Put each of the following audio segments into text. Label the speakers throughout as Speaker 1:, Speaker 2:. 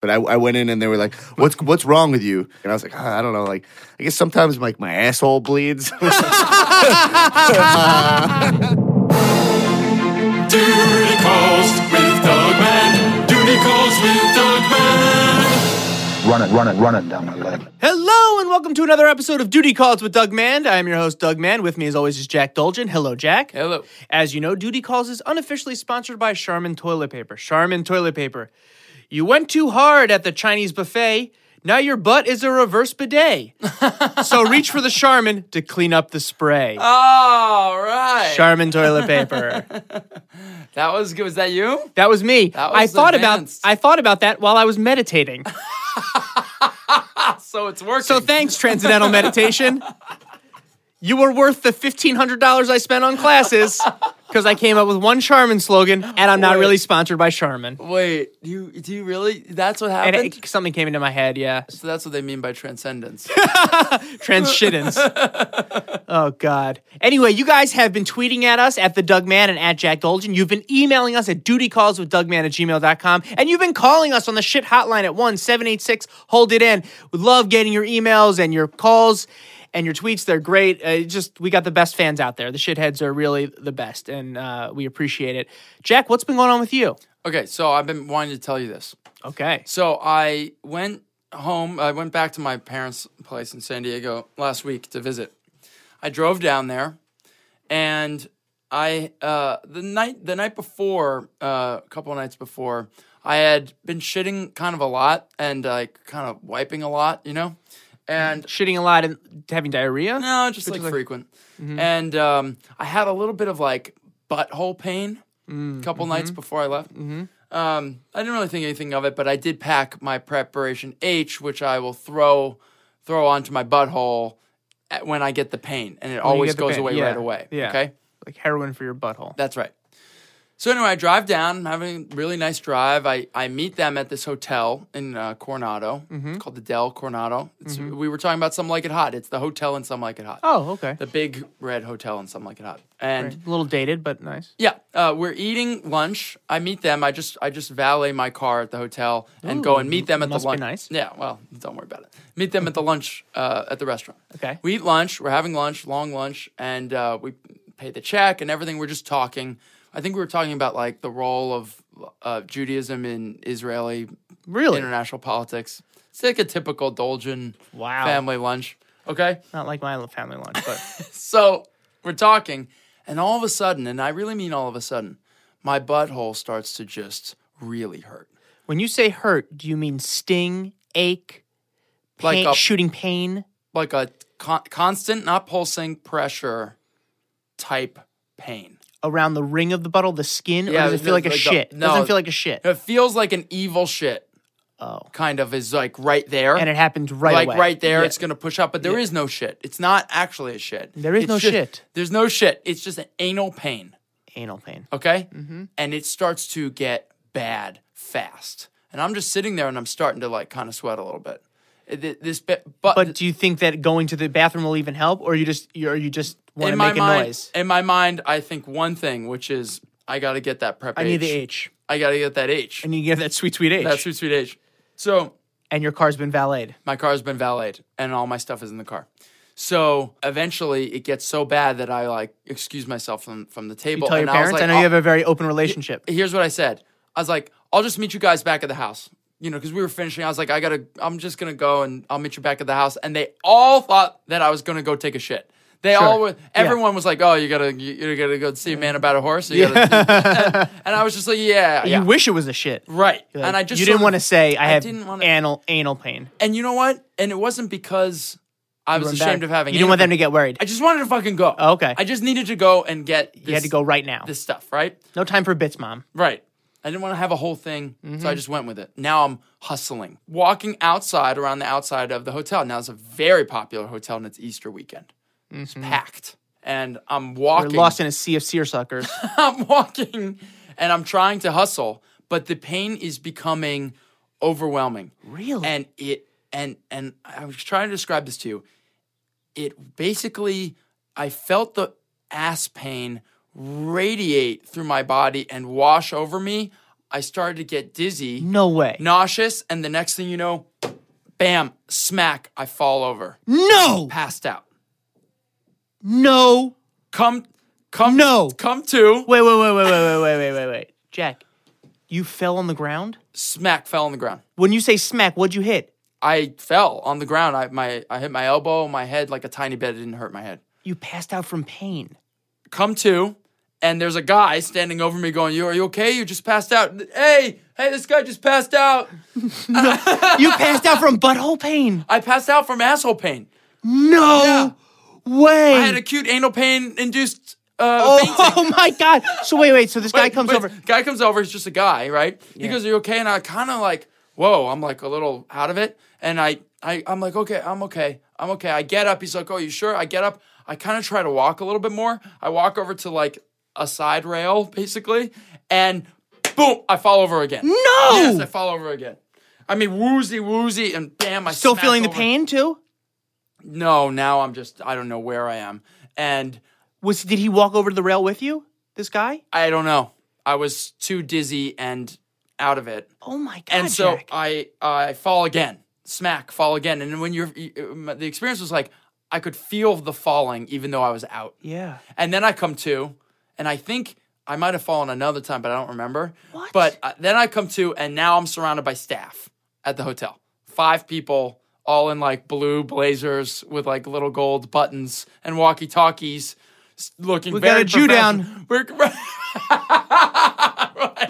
Speaker 1: But I, I went in and they were like, "What's what's wrong with you?" And I was like, "Ah, "I don't know. Like, I guess sometimes like my asshole bleeds."
Speaker 2: Duty calls with Dogman. Duty calls with Dogman.
Speaker 3: Run it, run it, run it down my leg.
Speaker 4: Hello and welcome to another episode of Duty Calls with Doug Mand. I am your host, Doug Mand. With me, as always, is Jack Dolgen. Hello, Jack.
Speaker 5: Hello.
Speaker 4: As you know, Duty Calls is unofficially sponsored by Charmin Toilet Paper. Charmin Toilet Paper. You went too hard at the Chinese buffet. Now your butt is a reverse bidet. so reach for the Charmin to clean up the spray.
Speaker 5: All right.
Speaker 4: Charmin toilet paper.
Speaker 5: that was good. Was that you?
Speaker 4: That was me.
Speaker 5: That
Speaker 4: I
Speaker 5: was
Speaker 4: thought
Speaker 5: advanced.
Speaker 4: about I thought about that while I was meditating.
Speaker 5: So it's working.
Speaker 4: So thanks, Transcendental Meditation. You were worth the fifteen hundred dollars I spent on classes because I came up with one Charmin slogan, and I'm not
Speaker 5: Wait.
Speaker 4: really sponsored by Charmin.
Speaker 5: Wait, you do you really? That's what
Speaker 4: And
Speaker 5: happened.
Speaker 4: it, something came into my head, yeah.
Speaker 5: so that's what they mean by transcendence.
Speaker 4: Transshitins. oh God. Anyway, you guys have been tweeting at us at the Doug Man and at Jack Dolgen. You've been emailing us at dutycallswithdugman at gmail.com. And you've been calling us on the shit hotline at 1 786 Hold It In. We love getting your emails and your calls and your tweets. They're great. Uh, just we got the best fans out there. The shitheads are really the best, and uh, we appreciate it. Jack, what's been going on with you?
Speaker 5: okay, so I've been wanting to tell you this.
Speaker 4: Okay.
Speaker 5: So I went home. I went back to my parents' place in San Diego last week to visit. I drove down there, and I uh, the night the night before, uh, a couple of nights before, I had been shitting kind of a lot and like kind of wiping a lot, you know, and
Speaker 4: Shitting a lot and having diarrhea?
Speaker 5: no, just like, frequent.
Speaker 4: mm-hmm.
Speaker 5: And um, I had a little bit of like butthole pain
Speaker 4: Mm,
Speaker 5: a couple
Speaker 4: mm-hmm.
Speaker 5: nights before I left. Um, I didn't really think anything of it, but I did pack my preparation H, which I will throw throw onto my butthole at, when I get the pain, and it always
Speaker 4: get the
Speaker 5: goes
Speaker 4: pain,
Speaker 5: away
Speaker 4: yeah,
Speaker 5: right away.
Speaker 4: yeah.
Speaker 5: Okay.
Speaker 4: Like heroin for your butthole.
Speaker 5: That's right. So anyway, I drive down, having a really nice drive. I, I meet them at this hotel in uh, Coronado.
Speaker 4: Mm-hmm.
Speaker 5: It's called the Del Coronado. It's, We were talking about Some Like It Hot. It's the hotel in Some Like It Hot.
Speaker 4: Oh, okay.
Speaker 5: The big red hotel in Some Like It Hot. And
Speaker 4: A little dated, but nice.
Speaker 5: yeah, uh, we're eating lunch. I meet them. I just I just valet my car at the hotel and go and meet them at
Speaker 4: must
Speaker 5: the
Speaker 4: be
Speaker 5: lunch.
Speaker 4: nice.
Speaker 5: Yeah, well, don't worry about it. Meet them at the lunch uh, at the restaurant.
Speaker 4: Okay.
Speaker 5: We eat lunch. We're having lunch, long lunch, and uh, we pay the check and everything. We're just talking. I think we were talking about like the role of uh, Judaism in Israeli
Speaker 4: Really?
Speaker 5: international politics. It's like a typical Dolgen
Speaker 4: Wow.
Speaker 5: family lunch. Okay.
Speaker 4: Not like my family lunch, but
Speaker 5: So we're talking, and all of a sudden, and I really mean all of a sudden, my butthole starts to just really hurt.
Speaker 4: when you say hurt, do you mean sting, ache,
Speaker 5: Like
Speaker 4: pain,
Speaker 5: a-
Speaker 4: shooting pain?
Speaker 5: Like a con- constant, not pulsing pressure type pain.
Speaker 4: Around the ring of the butthole, the skin,
Speaker 5: Yeah,
Speaker 4: or does it feel like a
Speaker 5: like the-
Speaker 4: shit?
Speaker 5: no.
Speaker 4: doesn't feel like a shit.
Speaker 5: It feels like an evil shit.
Speaker 4: Oh.
Speaker 5: Kind of is like right there.
Speaker 4: And it happens right
Speaker 5: like
Speaker 4: away.
Speaker 5: right there,
Speaker 4: Yeah.
Speaker 5: it's gonna push up, but there is no shit. It's not actually a shit.
Speaker 4: There is
Speaker 5: It's
Speaker 4: no
Speaker 5: just-
Speaker 4: shit.
Speaker 5: There's no shit. It's just an anal pain.
Speaker 4: anal pain.
Speaker 5: okay?
Speaker 4: Mm-hmm.
Speaker 5: And it starts to get bad fast. And I'm just sitting there and I'm starting to like kind of sweat a little bit. It- th- This bit, but,
Speaker 4: But do you think that going to the bathroom will even help, or you just you or you just want to
Speaker 5: in my
Speaker 4: make a
Speaker 5: mind,
Speaker 4: noise?
Speaker 5: in my mind, I think one thing, which is I got to get that prep.
Speaker 4: I need the
Speaker 5: H.
Speaker 4: H.
Speaker 5: I got to get that H.
Speaker 4: I need to get that sweet sweet H.
Speaker 5: That sweet, sweet H. So
Speaker 4: and your car's been valeted.
Speaker 5: my car's been valeted and all my stuff is in the car. So eventually, it gets so bad that I like excuse myself from from the table.
Speaker 4: Tell
Speaker 5: and
Speaker 4: your
Speaker 5: I was
Speaker 4: parents. I,
Speaker 5: like, "Oh."
Speaker 4: know
Speaker 5: "I'll-
Speaker 4: you have a very open relationship.
Speaker 5: here's what I said. I was like, I'll just meet you guys back at the house. You know, because we were finishing. I was like, I gotta, I'm just gonna go and I'll meet you back at the house. And they all thought that I was gonna go take a shit. They all were, everyone was like, oh, you gotta, you, you gotta go see a man about a horse. You gotta, and, and I was just like, yeah, yeah.
Speaker 4: You wish it was a shit,
Speaker 5: right.
Speaker 4: Like,
Speaker 5: and I just,
Speaker 4: you didn't
Speaker 5: sort
Speaker 4: want to
Speaker 5: of-
Speaker 4: say I, have
Speaker 5: didn't wanna-
Speaker 4: anal anal pain.
Speaker 5: And you know what? And it wasn't because I was
Speaker 4: Run
Speaker 5: ashamed
Speaker 4: back.
Speaker 5: of having
Speaker 4: You didn't want them
Speaker 5: anything.
Speaker 4: to get worried.
Speaker 5: I just wanted to fucking go.
Speaker 4: Oh, okay.
Speaker 5: I just needed to go and get this,
Speaker 4: you had to go right now.
Speaker 5: this stuff, right?
Speaker 4: no time for bits, mom.
Speaker 5: Right. I didn't want to have a whole thing, so I just went with it. Now I'm hustling, walking outside around the outside of the hotel. Now it's a very popular hotel, and it's Easter weekend. It's packed, and I'm
Speaker 4: You're
Speaker 5: walking.
Speaker 4: lost in a sea of seersuckers.
Speaker 5: I'm walking, and I'm trying to hustle, but the pain is becoming overwhelming.
Speaker 4: Really?
Speaker 5: And it and and I was trying to describe this to you. It basically, I felt the ass pain radiate through my body and wash over me. I started to get dizzy,
Speaker 4: No way.
Speaker 5: nauseous, and the next thing you know, bam, smack, I fall over,
Speaker 4: No.
Speaker 5: passed out.
Speaker 4: No.
Speaker 5: Come, come,
Speaker 4: No.
Speaker 5: come to.
Speaker 4: Wait, wait, wait, wait, wait, wait, wait, wait, wait, wait. Jack, you fell on the ground?
Speaker 5: Smack, fell on the ground.
Speaker 4: When you say smack, what'd you hit?
Speaker 5: I fell on the ground. I my I hit my elbow, my head like a tiny bit. It didn't hurt my head.
Speaker 4: You passed out from pain.
Speaker 5: Come to, and there's a guy standing over me going, "You are you okay? You just passed out. Hey, hey, this guy just passed out.
Speaker 4: You passed out from butthole pain.
Speaker 5: I passed out from asshole pain.
Speaker 4: No
Speaker 5: Yeah.
Speaker 4: way.
Speaker 5: I had acute anal pain induced. Uh, fainting.
Speaker 4: oh, my god. So wait, wait. So this guy
Speaker 5: Wait,
Speaker 4: comes
Speaker 5: wait,
Speaker 4: over.
Speaker 5: Guy comes over. He's just a guy, right? He goes, "Are you okay?" And I kind of like, "Whoa!" I'm like a little out of it, and I, I, I'm like, "Okay, I'm okay, I'm okay." I get up. He's like, "Oh, you sure?" I get up. I kind of try to walk a little bit more. I walk over to like a side rail, basically, and boom, I fall over again. No, yes, I fall over again. I mean, woozy, woozy, and bam, I
Speaker 4: Still
Speaker 5: smack
Speaker 4: feeling the
Speaker 5: over.
Speaker 4: pain too?
Speaker 5: No, now I'm just, I don't know where I am, and
Speaker 4: Was did he walk over to the rail with you? This guy?
Speaker 5: I don't know. I was too dizzy and out of it.
Speaker 4: Oh my god.
Speaker 5: and so
Speaker 4: Jack.
Speaker 5: I I fall again, smack, fall again, and when you're you- the experience was like I could feel the falling even though I was out,
Speaker 4: yeah.
Speaker 5: and then I come to, and I think I might have fallen another time, but I don't remember.
Speaker 4: What?
Speaker 5: But uh, then I come to, and now I'm surrounded by staff at the hotel, five people. All in like blue blazers with like little gold buttons and walkie talkies, looking.
Speaker 4: We got
Speaker 5: very
Speaker 4: a Jew
Speaker 5: professional.
Speaker 4: down.
Speaker 5: We're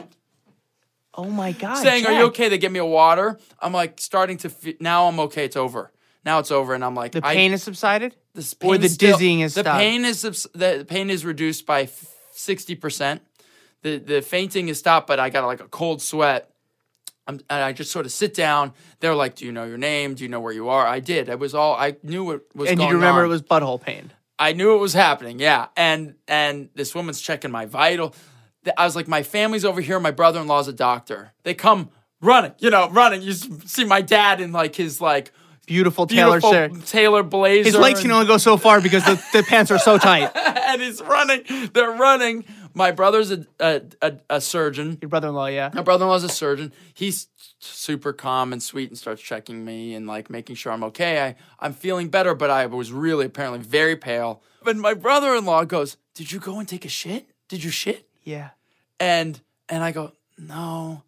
Speaker 4: Oh my god.
Speaker 5: saying, "Are
Speaker 4: Jack.
Speaker 5: you okay?" They give me a water. I'm like starting to feel, now. I'm okay. It's over. Now it's over, and I'm like
Speaker 4: The
Speaker 5: I-
Speaker 4: pain has subsided?
Speaker 5: this
Speaker 4: or the
Speaker 5: pain's still-
Speaker 4: dizzying has
Speaker 5: the
Speaker 4: stopped?
Speaker 5: pain is subs- the pain is reduced by sixty percent. The the fainting is stopped, but I got like a cold sweat. I'm, and I just sort of sit down. They're like, "Do you know your name? Do you know where you are?" I did. I was all I knew what was.
Speaker 4: and
Speaker 5: going
Speaker 4: you remember
Speaker 5: on.
Speaker 4: it was butthole pain.
Speaker 5: I knew it was happening. Yeah, and and this woman's checking my vital. th- I was like, my family's over here. My brother in law's a doctor. They come running, you know, running. You s- see my dad in like his like
Speaker 4: Beautiful Taylor
Speaker 5: beautiful
Speaker 4: Swift.
Speaker 5: Taylor, blazer.
Speaker 4: His legs can
Speaker 5: and-
Speaker 4: only go so far because the, the pants are so tight.
Speaker 5: and he's running. They're running. My brother's a a, a, a surgeon.
Speaker 4: Your brother-in-law, yeah.
Speaker 5: My brother in law's a surgeon. He's super calm and sweet and starts checking me and like making sure I'm okay. I, I'm feeling better, but I was really apparently very pale. And my brother in law goes, Did you go and take a shit? Did you shit?
Speaker 4: Yeah.
Speaker 5: And and I go, No.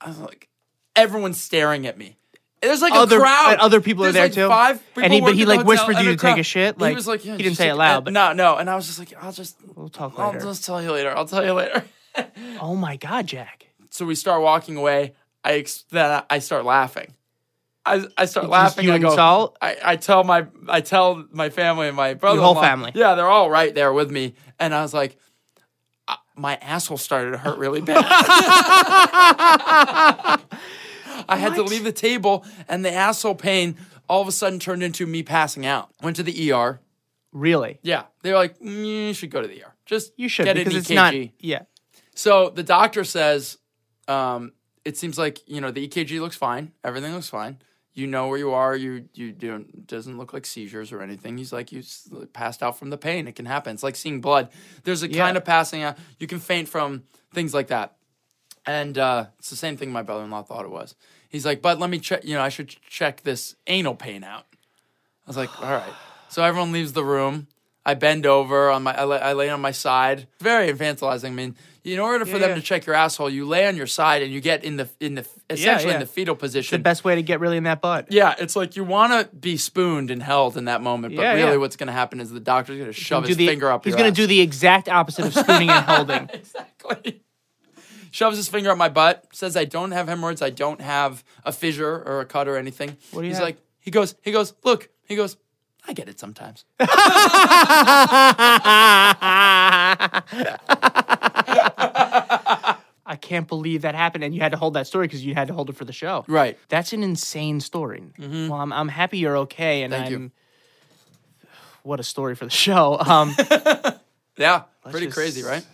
Speaker 5: I was like, everyone's staring at me. There's like
Speaker 4: Other-
Speaker 5: a crowd.
Speaker 4: and other people are
Speaker 5: There's
Speaker 4: there
Speaker 5: like
Speaker 4: too?
Speaker 5: Five people
Speaker 4: And he- but
Speaker 5: working
Speaker 4: he,
Speaker 5: the
Speaker 4: like,
Speaker 5: hotel
Speaker 4: whispered
Speaker 5: and
Speaker 4: you
Speaker 5: a
Speaker 4: to take a
Speaker 5: crowd.
Speaker 4: shit?
Speaker 5: He
Speaker 4: Like,
Speaker 5: was like, yeah,
Speaker 4: he didn't
Speaker 5: just
Speaker 4: say it
Speaker 5: take-
Speaker 4: loud, but-
Speaker 5: No, no. And I was just like, I'll just
Speaker 4: We'll talk
Speaker 5: I'll
Speaker 4: later.
Speaker 5: just tell you later. I'll tell you later.
Speaker 4: Oh my god, Jack.
Speaker 5: so we start walking away. I ex- then I- I start laughing. I, I start
Speaker 4: You-
Speaker 5: laughing.
Speaker 4: you
Speaker 5: I go.
Speaker 4: insult?
Speaker 5: I, I tell my I tell my family and my brother.
Speaker 4: family.
Speaker 5: Yeah, they're all right there with me. And I was like, uh, my asshole started to hurt really bad. I had to leave the table, and the asshole pain all of a sudden turned into me passing out. Went to the ER.
Speaker 4: Really?
Speaker 5: Yeah, they were like, "Mm, you should go to the ER. Just
Speaker 4: You should
Speaker 5: get E
Speaker 4: because
Speaker 5: an
Speaker 4: it's
Speaker 5: EKG.
Speaker 4: not Yeah.
Speaker 5: So the doctor says, um, it seems like you know the EKG looks fine. Everything looks fine. You know where you are. You you don't doesn't look like seizures or anything. He's like you s- passed out from the pain. It can happen. It's like seeing blood. There's a kind of passing out. You can faint from things like that. And uh, it's the same thing my brother-in-law thought it was. He's like, but let me check. You know, I should ch- check this anal pain out. I was like, all right. So everyone leaves the room. I bend over on my, I lay, I lay on my side. Very infantilizing. I mean, in order for them
Speaker 4: yeah.
Speaker 5: to check your asshole, you lay on your side and you get in the in the essentially
Speaker 4: yeah.
Speaker 5: in the fetal
Speaker 4: The
Speaker 5: position.
Speaker 4: best way to get really in that butt.
Speaker 5: yeah, it's like you want to be spooned and held in that moment, but
Speaker 4: Yeah,
Speaker 5: really
Speaker 4: yeah.
Speaker 5: what's going to happen is the doctor's going to shove
Speaker 4: Do
Speaker 5: his
Speaker 4: the-
Speaker 5: finger up.
Speaker 4: He's
Speaker 5: going
Speaker 4: gonna do the exact opposite of spooning and holding.
Speaker 5: exactly. Shoves his finger up my butt, says I don't have hemorrhoids, I don't have a fissure or a cut or anything.
Speaker 4: do you
Speaker 5: He's
Speaker 4: have?
Speaker 5: like, he goes, he goes, look, he goes, I get it sometimes.
Speaker 4: I can't believe that happened, and you had to hold that story because you had to hold it for the show.
Speaker 5: Right.
Speaker 4: That's an insane story. Well, I'm, I'm happy you're okay, and
Speaker 5: Mm-hmm. Thank you.
Speaker 4: I'm. What a story for the show. Um,
Speaker 5: Yeah, pretty
Speaker 4: just-
Speaker 5: crazy, right?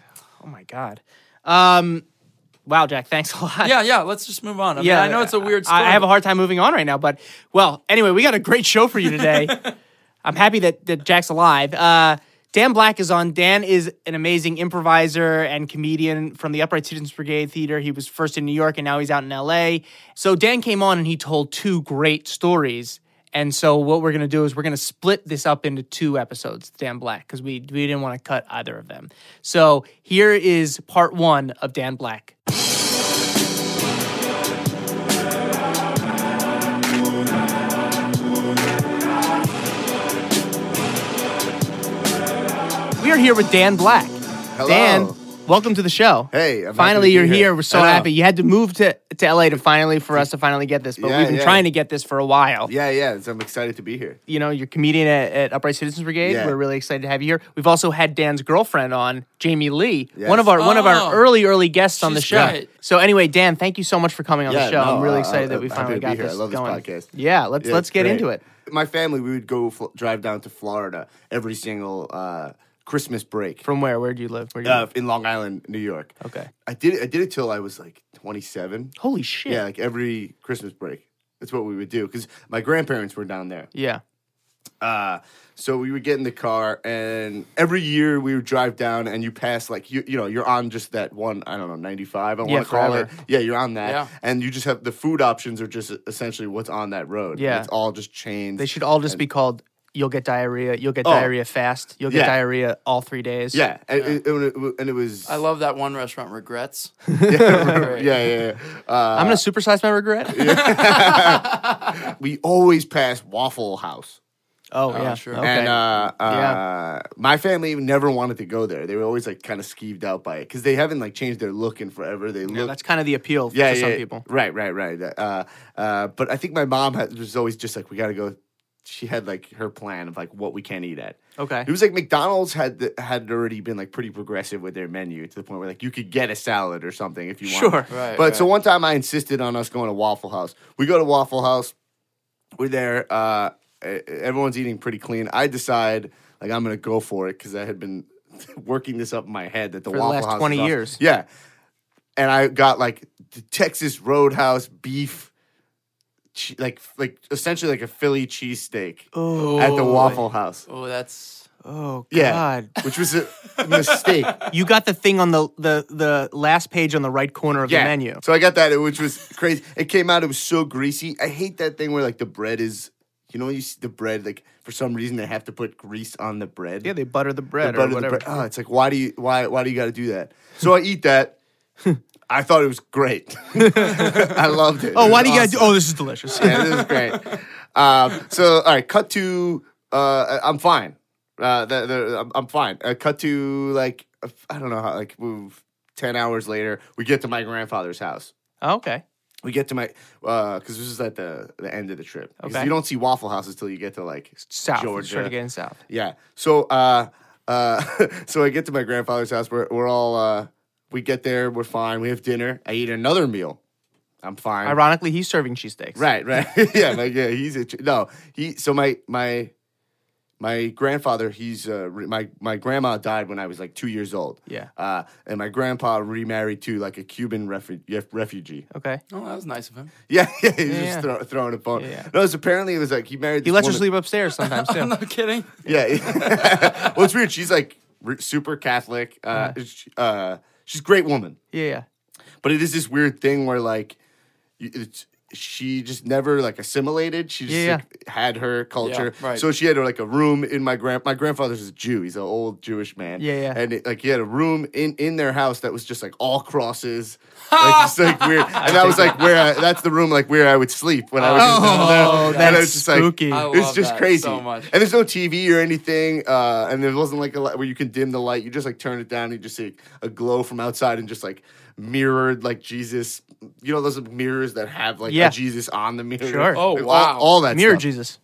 Speaker 4: oh my god. Um, wow, Jack. Thanks a lot.
Speaker 5: Yeah, yeah. Let's just move on. I mean, I know it's a weird story.
Speaker 4: I, I have a hard time moving on right now, but well, anyway, we got a great show for you today. I'm happy that, that Jack's alive. Uh, Dan Black is on. Dan is an amazing improviser and comedian from the Upright Citizens Brigade Theater. He was first in New York and now he's out in LA. So Dan came on and he told two great stories. And so what we're going to do is we're going to split this up into two episodes, Dan Black, because we, we didn't want to cut either of them. So here is part one of Dan Black. We are here with Dan Black.
Speaker 1: Hello.
Speaker 4: Dan, welcome to the show.
Speaker 1: Hey, I'm happy to
Speaker 4: finally
Speaker 1: be
Speaker 4: you're here.
Speaker 1: here.
Speaker 4: We're so
Speaker 1: I know.
Speaker 4: happy. You had to move to, to LA to finally for us to finally get this, but
Speaker 1: Yeah,
Speaker 4: we've been
Speaker 1: yeah.
Speaker 4: trying to get this for a while.
Speaker 1: Yeah, yeah. So I'm excited to be here.
Speaker 4: You know, you're a comedian at, at Upright Citizens Brigade.
Speaker 1: Yeah.
Speaker 4: We're really excited to have you here. We've also had Dan's girlfriend on, Jamie Lee,
Speaker 1: Yes.
Speaker 4: one of our one of
Speaker 5: Oh.
Speaker 4: our early early guests on the
Speaker 5: She's
Speaker 4: show.
Speaker 5: great.
Speaker 4: So anyway, Dan, thank you so much for coming on
Speaker 1: Yeah,
Speaker 4: the show.
Speaker 1: no,
Speaker 4: I'm really
Speaker 1: I-
Speaker 4: excited
Speaker 1: I-
Speaker 4: that we
Speaker 1: I'm
Speaker 4: finally
Speaker 1: happy to
Speaker 4: got
Speaker 1: be here.
Speaker 4: this
Speaker 1: I love this
Speaker 4: going.
Speaker 1: podcast.
Speaker 4: Yeah, let's
Speaker 1: Yeah,
Speaker 4: let's
Speaker 1: it's
Speaker 4: get
Speaker 1: great.
Speaker 4: into it.
Speaker 1: My family, we would go fl- drive down to Florida every single uh, Christmas break
Speaker 4: From where? Where do you live? Where do you
Speaker 1: uh,
Speaker 4: live?
Speaker 1: in Long Island, New York.
Speaker 4: Okay.
Speaker 1: I did. I did it till I was like 27.
Speaker 4: Holy shit.
Speaker 1: Yeah, like every Christmas break. That's what we would do because my grandparents were down there.
Speaker 4: Yeah.
Speaker 1: Uh, so we would get in the car, and every year we would drive down, and you pass like you you know you're on just that one I don't know 95 I
Speaker 4: Yeah,
Speaker 1: want to call
Speaker 4: forever.
Speaker 1: it yeah you're on that,
Speaker 5: Yeah.
Speaker 1: and you just have the food options are just essentially what's on that road.
Speaker 4: Yeah.
Speaker 1: it's all just chains.
Speaker 4: They should all just be called you'll get diarrhea, you'll get
Speaker 1: Oh.
Speaker 4: diarrhea fast, you'll get
Speaker 1: Yeah.
Speaker 4: diarrhea all 3 days.
Speaker 1: yeah, and, It, it- and it was
Speaker 5: I love that one restaurant, Regrets.
Speaker 1: yeah yeah. yeah. Uh,
Speaker 4: I'm going to supersize my regret.
Speaker 1: we always pass Waffle House.
Speaker 4: Oh, yeah.
Speaker 5: sure.
Speaker 4: Okay.
Speaker 1: And uh, uh,
Speaker 4: Yeah.
Speaker 1: my family never wanted to go there. They were always like kind of skeeved out by it because they haven't like changed their look in forever. They
Speaker 4: Yeah,
Speaker 1: look
Speaker 4: that's kind of the appeal
Speaker 1: yeah,
Speaker 4: for some
Speaker 1: yeah,
Speaker 4: people.
Speaker 1: Right, right, right. Uh, uh, but I think my mom had, was always just like, we got to go. She had like her plan of like what we can eat at.
Speaker 4: Okay.
Speaker 1: It was like McDonald's had the, had already been like pretty progressive with their menu to the point where like you could get a salad or something if you want.
Speaker 4: Sure.
Speaker 5: Right,
Speaker 1: But so one time I insisted on us going to Waffle House. We go to Waffle House. We're there. Uh, e- everyone's eating pretty clean. I decide like I'm gonna go for it because I had been working this up in my head that the
Speaker 4: For the
Speaker 1: Waffle
Speaker 4: last
Speaker 1: House is
Speaker 4: 20
Speaker 1: awesome.
Speaker 4: years.
Speaker 1: Yeah, and I got like the Texas Roadhouse beef, che- like like essentially like a Philly cheesesteak
Speaker 4: Oh,
Speaker 1: at the Waffle House.
Speaker 5: Oh, that's
Speaker 4: oh
Speaker 1: Yeah,
Speaker 4: God.
Speaker 1: which was a mistake.
Speaker 4: You got the thing on the, the, the last page on the right corner of the menu.
Speaker 1: So I got that, which was crazy. It came out. It was so greasy. I hate that thing where like the bread is. You know, you see the bread like for some reason they have to put grease on the bread.
Speaker 4: Yeah, they butter the
Speaker 1: The
Speaker 4: bread
Speaker 1: butter,
Speaker 4: or
Speaker 1: the
Speaker 4: whatever.
Speaker 1: bread. Oh, it's like why do you why why do you got to do that? So I eat that. I thought it was great. I loved it.
Speaker 4: Oh,
Speaker 1: It
Speaker 4: why
Speaker 1: was
Speaker 4: do you
Speaker 1: awesome
Speaker 4: gotta do? Oh, this is delicious.
Speaker 1: yeah, this is great. Um, so, all right, cut to uh, I'm fine. Uh, the, the, I'm, I'm fine. Uh, cut to like I don't know how like move ten hours later. We get to my grandfather's house.
Speaker 4: okay.
Speaker 1: We get to my because this is at the the end of the trip. 'Cause
Speaker 4: Okay.
Speaker 1: You don't see waffle houses till you get to like
Speaker 4: South. Georgia.
Speaker 1: Georgia.
Speaker 4: again, south.
Speaker 1: Yeah. So uh uh so I get to my grandfather's house. We're we're all uh we get there, we're fine, we have dinner. I eat another meal. I'm fine.
Speaker 4: Ironically, he's serving cheesesteaks.
Speaker 1: Right, right. yeah, like yeah, he's a ch- no. He so my my my grandfather. He's uh, re- my my grandma died when I was like two years old.
Speaker 4: Yeah.
Speaker 1: uh, and my grandpa remarried to like a Cuban refu- yeah, refugee.
Speaker 4: Okay.
Speaker 5: oh, that was nice of him.
Speaker 1: Yeah, yeah. He's just
Speaker 4: yeah.
Speaker 1: Throw, throwing a bone.
Speaker 4: Yeah, yeah.
Speaker 1: No, it's apparently it was like he married.
Speaker 4: He
Speaker 1: this
Speaker 4: lets her
Speaker 1: woman-
Speaker 4: sleep upstairs sometimes
Speaker 5: I'm
Speaker 4: too.
Speaker 5: not kidding.
Speaker 1: Yeah. well, it's weird. She's like re- super Catholic. Uh, sh- uh, she's a great woman.
Speaker 4: Yeah, yeah.
Speaker 1: but it is this weird thing where like you- it's, she just never like assimilated she just
Speaker 4: Yeah,
Speaker 1: like, had her culture
Speaker 5: Yeah, right.
Speaker 1: so she had like a room in my grand my grandfather's a jew he's an old jewish man
Speaker 4: Yeah, yeah.
Speaker 1: and it, like he had a room in in their house that was just like all crosses like just like weird and that was like where I, that's the room like where i would sleep when i was just down there.
Speaker 4: Oh,
Speaker 1: And I
Speaker 4: that's
Speaker 1: was just like-
Speaker 4: spooky.
Speaker 5: I love
Speaker 1: it's just
Speaker 5: that
Speaker 1: crazy
Speaker 5: so much.
Speaker 1: and there's no tv or anything uh and there wasn't like a light where you can dim the light you just like turn it down and you just see a glow from outside and just like mirrored like jesus you know those mirrors that have like
Speaker 4: Yeah.
Speaker 1: a jesus on the mirror
Speaker 4: Sure.
Speaker 5: Oh,
Speaker 1: Like, all-
Speaker 5: wow.
Speaker 1: all, that
Speaker 4: Mirror
Speaker 1: stuff,
Speaker 4: Jesus.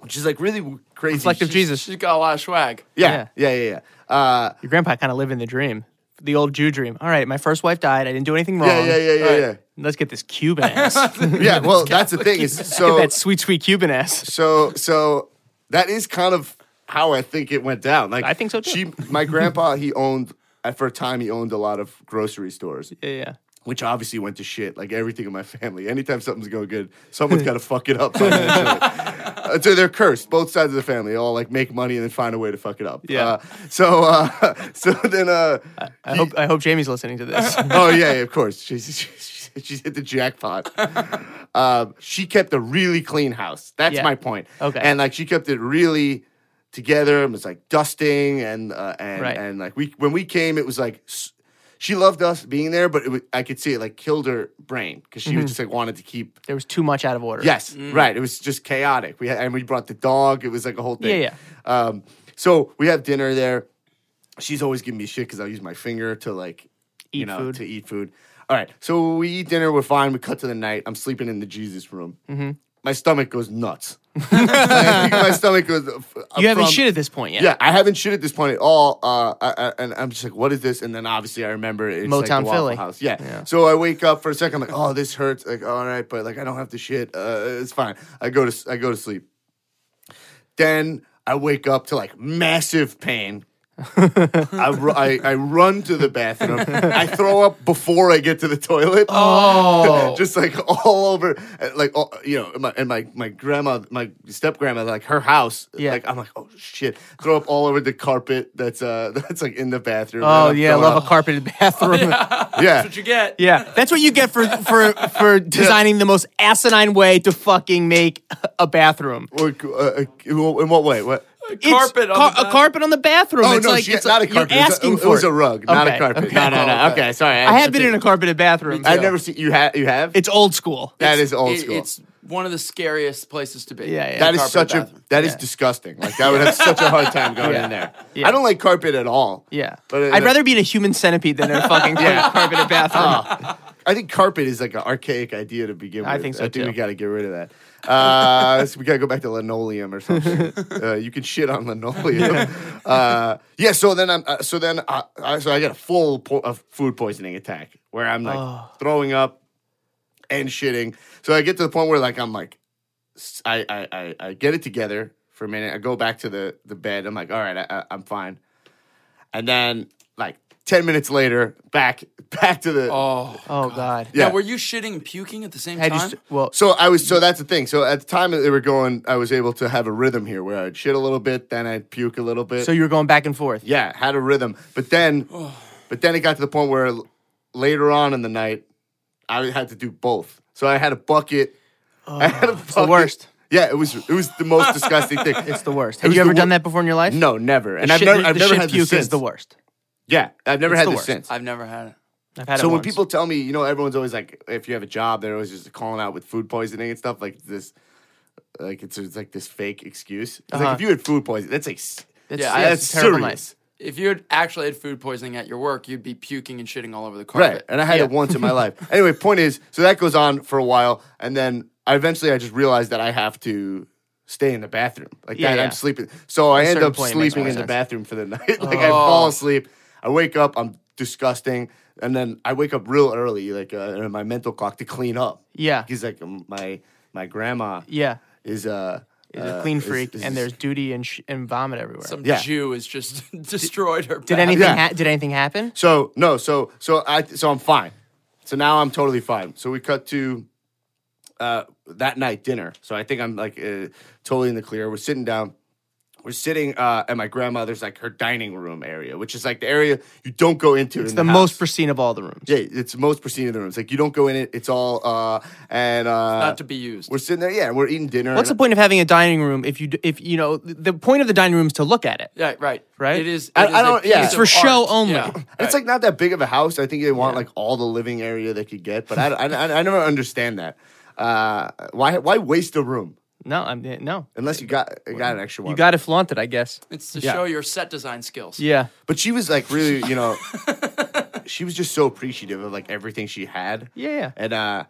Speaker 1: which is like really w- crazy
Speaker 4: Reflective
Speaker 1: She's-
Speaker 4: Jesus.
Speaker 5: She's got a lot of swag.
Speaker 1: yeah yeah yeah yeah, Uh,
Speaker 4: Your grandpa kind of living the dream. The old Jew dream. All right, my first wife died. I didn't do anything wrong.
Speaker 1: yeah yeah yeah yeah yeah
Speaker 4: Let's get this Cuban ass. Get
Speaker 1: yeah well that's the thing is so
Speaker 4: that sweet, sweet Cuban ass.
Speaker 1: so so that is kind of how I think it went down. Like
Speaker 4: I think so, too.
Speaker 1: She, my grandpa, he owned at for a time he owned a lot of grocery stores,
Speaker 4: Yeah, yeah.
Speaker 1: which obviously went to shit. Like everything in my family. Anytime something's going good, someo's got to fuck it up. financially. Uh, so they're cursed. Both sides of the family all like make money and then find a way to fuck it up.
Speaker 4: Yeah.
Speaker 1: Uh, so uh, so then uh,
Speaker 4: I hope I hope Jamie's listening to this.
Speaker 1: oh yeah, yeah, of course. She's, she's, she's hit the jackpot. um, she kept a really clean house. That's
Speaker 4: Yeah.
Speaker 1: my point.
Speaker 4: Okay.
Speaker 1: and like she kept it really together and was like dusting and uh, and
Speaker 4: Right.
Speaker 1: and like we when we came, it was like. s- She loved us being there, but it was, I could see it like killed her brain because
Speaker 4: Mm-hmm.
Speaker 1: she was just like wanted to keep.
Speaker 4: there was too much out of order.
Speaker 1: Yes, right. It was just chaotic. We had, and we brought the dog. It was like a whole thing.
Speaker 4: Yeah,
Speaker 1: yeah. Um, so we have dinner there. She's always giving me shit because I use my finger to like
Speaker 4: Eat
Speaker 1: you know,
Speaker 4: food.
Speaker 1: to eat food. All right, so we eat dinner. We're fine. We cut to the night. I'm sleeping in the Jesus room.
Speaker 4: Mm-hmm.
Speaker 1: My stomach goes nuts. I think my stomach goes.
Speaker 4: you haven't
Speaker 1: from-
Speaker 4: shit at this point yet.
Speaker 1: Yeah, I haven't shit at this point at all. Uh, I, I, and I'm just like, what is this? And then obviously I remember it's like the
Speaker 4: Motown
Speaker 1: Waffle
Speaker 4: Philly.
Speaker 1: House. Yeah.
Speaker 4: Yeah.
Speaker 1: So I wake up for a second. I'm like, oh, this hurts. Like, all right, but like I don't have to shit. Uh, it's fine. I go to I go to sleep. Then I wake up to like massive pain. I, ru- I, I run to the bathroom. I throw up before I get to the toilet.
Speaker 4: Oh.
Speaker 1: just like all over, uh, like all, you know, and my, and my my grandma, my step grandma, like her house.
Speaker 4: Yeah.
Speaker 1: Like I'm like, oh shit, throw up all over the carpet that's uh that's like in the bathroom.
Speaker 4: Oh
Speaker 1: And I'm
Speaker 4: yeah, I
Speaker 1: throwing
Speaker 4: love a
Speaker 1: up.
Speaker 4: carpeted bathroom. yeah.
Speaker 1: uh, yeah.
Speaker 5: That's what you get.
Speaker 4: that's what you get for for for designing the most asinine way to fucking make a bathroom.
Speaker 1: Or, uh, uh, in what way? What?
Speaker 4: It's
Speaker 5: Carpet on
Speaker 4: car-
Speaker 5: the
Speaker 4: a
Speaker 5: bath-
Speaker 4: carpet on the bathroom.
Speaker 1: Oh
Speaker 4: it's
Speaker 1: no,
Speaker 4: like,
Speaker 1: she,
Speaker 4: it's
Speaker 1: not a
Speaker 4: like- you're
Speaker 1: carpet.
Speaker 4: asking
Speaker 1: it was a,
Speaker 4: for
Speaker 1: it was a rug, not
Speaker 4: Okay,
Speaker 1: a carpet.
Speaker 4: okay.
Speaker 1: No, no, no. Okay, sorry.
Speaker 4: I have been in a carpeted bathroom.
Speaker 1: I've
Speaker 4: too.
Speaker 1: never seen you have. You have.
Speaker 4: It's old school.
Speaker 1: that is old
Speaker 5: It-
Speaker 1: school.
Speaker 5: It's one of the scariest places to be.
Speaker 4: Yeah, yeah.
Speaker 1: That is
Speaker 5: Carpet
Speaker 1: such a
Speaker 5: bathroom.
Speaker 1: that is disgusting. Like I would have such a hard time going in there.
Speaker 4: Yeah.
Speaker 1: I don't like carpet at all.
Speaker 4: yeah,
Speaker 1: But it-
Speaker 4: I'd rather be in a human centipede than in a fucking
Speaker 1: Yeah.
Speaker 4: carpeted bathroom.
Speaker 1: I think carpet is like an archaic idea to begin with.
Speaker 4: I think so,
Speaker 1: I think
Speaker 4: too.
Speaker 1: we got to get rid of that. Uh, so we got to go back to linoleum or something. uh, you can shit on linoleum. uh, yeah. So then I'm. Uh, so then I, I, so I get a full po- of food poisoning attack where I'm like
Speaker 4: Oh.
Speaker 1: throwing up and shitting. So I get to the point where like I'm like, s- I I I, I get it together for a minute. I go back to the the bed. I'm like, all right, I, I, I'm fine. And then like ten minutes later, back back to the
Speaker 5: Oh.
Speaker 4: Oh god.
Speaker 1: yeah.
Speaker 5: Now, were you shitting and puking at the same
Speaker 4: I
Speaker 5: time?
Speaker 4: just well,
Speaker 1: So I was so that's the thing. So at the time that they were going, I was able to have a rhythm here where I'd shit a little bit, then I'd puke a little bit.
Speaker 4: so Oh. you were going back and forth.
Speaker 1: yeah, had a rhythm. But then but then it got to the point where l- later on in the night I had to do both. So I had a bucket. I had a bucket.
Speaker 4: Oh. the worst.
Speaker 1: Yeah, it was it was the most disgusting thing.
Speaker 4: It's the worst. Have
Speaker 1: was
Speaker 4: you ever
Speaker 1: the
Speaker 4: done
Speaker 1: wor-
Speaker 4: that before in your life?
Speaker 1: No, never. And
Speaker 4: The
Speaker 1: I've
Speaker 4: shit-
Speaker 1: never
Speaker 4: the-
Speaker 1: I've
Speaker 4: the
Speaker 1: never
Speaker 4: shit
Speaker 1: had
Speaker 4: puke
Speaker 1: this since.
Speaker 4: is the worst.
Speaker 1: Yeah, I've never
Speaker 4: It's
Speaker 1: had
Speaker 4: the
Speaker 1: this
Speaker 4: worst.
Speaker 1: since.
Speaker 5: I've never had it.
Speaker 4: I've had it
Speaker 1: So when
Speaker 4: once.
Speaker 1: people tell me, you know, everyone's always like, if you have a job, they're always just calling out with food poisoning and stuff like this. Like it's, it's like this fake excuse. It's
Speaker 4: Uh-huh.
Speaker 1: like if you had food poisoning, that's like s-
Speaker 4: That's-
Speaker 5: Yeah,
Speaker 1: that's,
Speaker 5: yeah,
Speaker 4: it's a terrible
Speaker 1: serious,
Speaker 5: If you had actually had food poisoning at your work, you'd be puking and shitting all over the carpet.
Speaker 1: right? And I had it once in my life. Anyway, point is, so that goes on for a while, and then I eventually I just realized that I have to stay in the bathroom. Like
Speaker 4: Yeah,
Speaker 1: that,
Speaker 4: yeah.
Speaker 1: I'm sleeping. So I end
Speaker 4: certain
Speaker 1: up
Speaker 4: point, it makes
Speaker 1: sleeping
Speaker 4: more
Speaker 1: in the
Speaker 4: sense. Oh.
Speaker 1: bathroom for the night. like I fall asleep, I wake up, I'm disgusting, and then I wake up real early, like uh, my mental clock to clean up.
Speaker 4: yeah,
Speaker 1: He's like um, my my grandma
Speaker 4: yeah,
Speaker 1: is uh,
Speaker 4: He's
Speaker 1: uh,
Speaker 4: a clean
Speaker 1: is-
Speaker 4: freak,
Speaker 1: is-
Speaker 4: and there's duty and sh- and vomit everywhere.
Speaker 5: Some
Speaker 1: Yeah.
Speaker 5: Jew has just destroyed her.
Speaker 4: did
Speaker 5: bath-
Speaker 4: anything
Speaker 1: Yeah.
Speaker 4: ha- did anything happen?
Speaker 1: so no so so I so I'm fine. So now I'm totally fine. So we cut to uh, that night dinner. So I think I'm like uh, totally in the clear. We're sitting down. We're sitting uh, at my grandmother's like her dining room area, which is like the area you don't go into.
Speaker 4: It's
Speaker 1: in
Speaker 4: the,
Speaker 1: house.
Speaker 4: most pristine of all the rooms.
Speaker 1: Yeah, it's the most pristine of the rooms. Like you don't go in it. It's all uh, and uh,
Speaker 5: not to be used?
Speaker 1: we're sitting there. Yeah, we're eating dinner.
Speaker 4: What's the
Speaker 1: and
Speaker 4: point of having a dining room if you d- if you know th- the point of the dining room is to look at it?
Speaker 5: Yeah, right,
Speaker 4: Right?
Speaker 5: It is.
Speaker 1: I-
Speaker 5: it is
Speaker 1: I
Speaker 5: a
Speaker 1: don't- yeah.
Speaker 5: piece
Speaker 1: It's
Speaker 4: for
Speaker 5: of
Speaker 4: show
Speaker 5: art.
Speaker 4: only.
Speaker 5: Yeah.
Speaker 1: It's like not that big of a house. I think they want like all the living area they could get, but I, I, I, I never understand that. Uh, why why waste a room
Speaker 4: No, I'm eh, no.
Speaker 1: unless you got got an extra one?
Speaker 4: You got to flaunt it, I guess.
Speaker 5: It's to
Speaker 1: Yeah.
Speaker 5: show your set design skills.
Speaker 4: Yeah,
Speaker 1: but she was like really, you know, she was just so appreciative of like everything she had.
Speaker 4: yeah, yeah.
Speaker 1: and uh,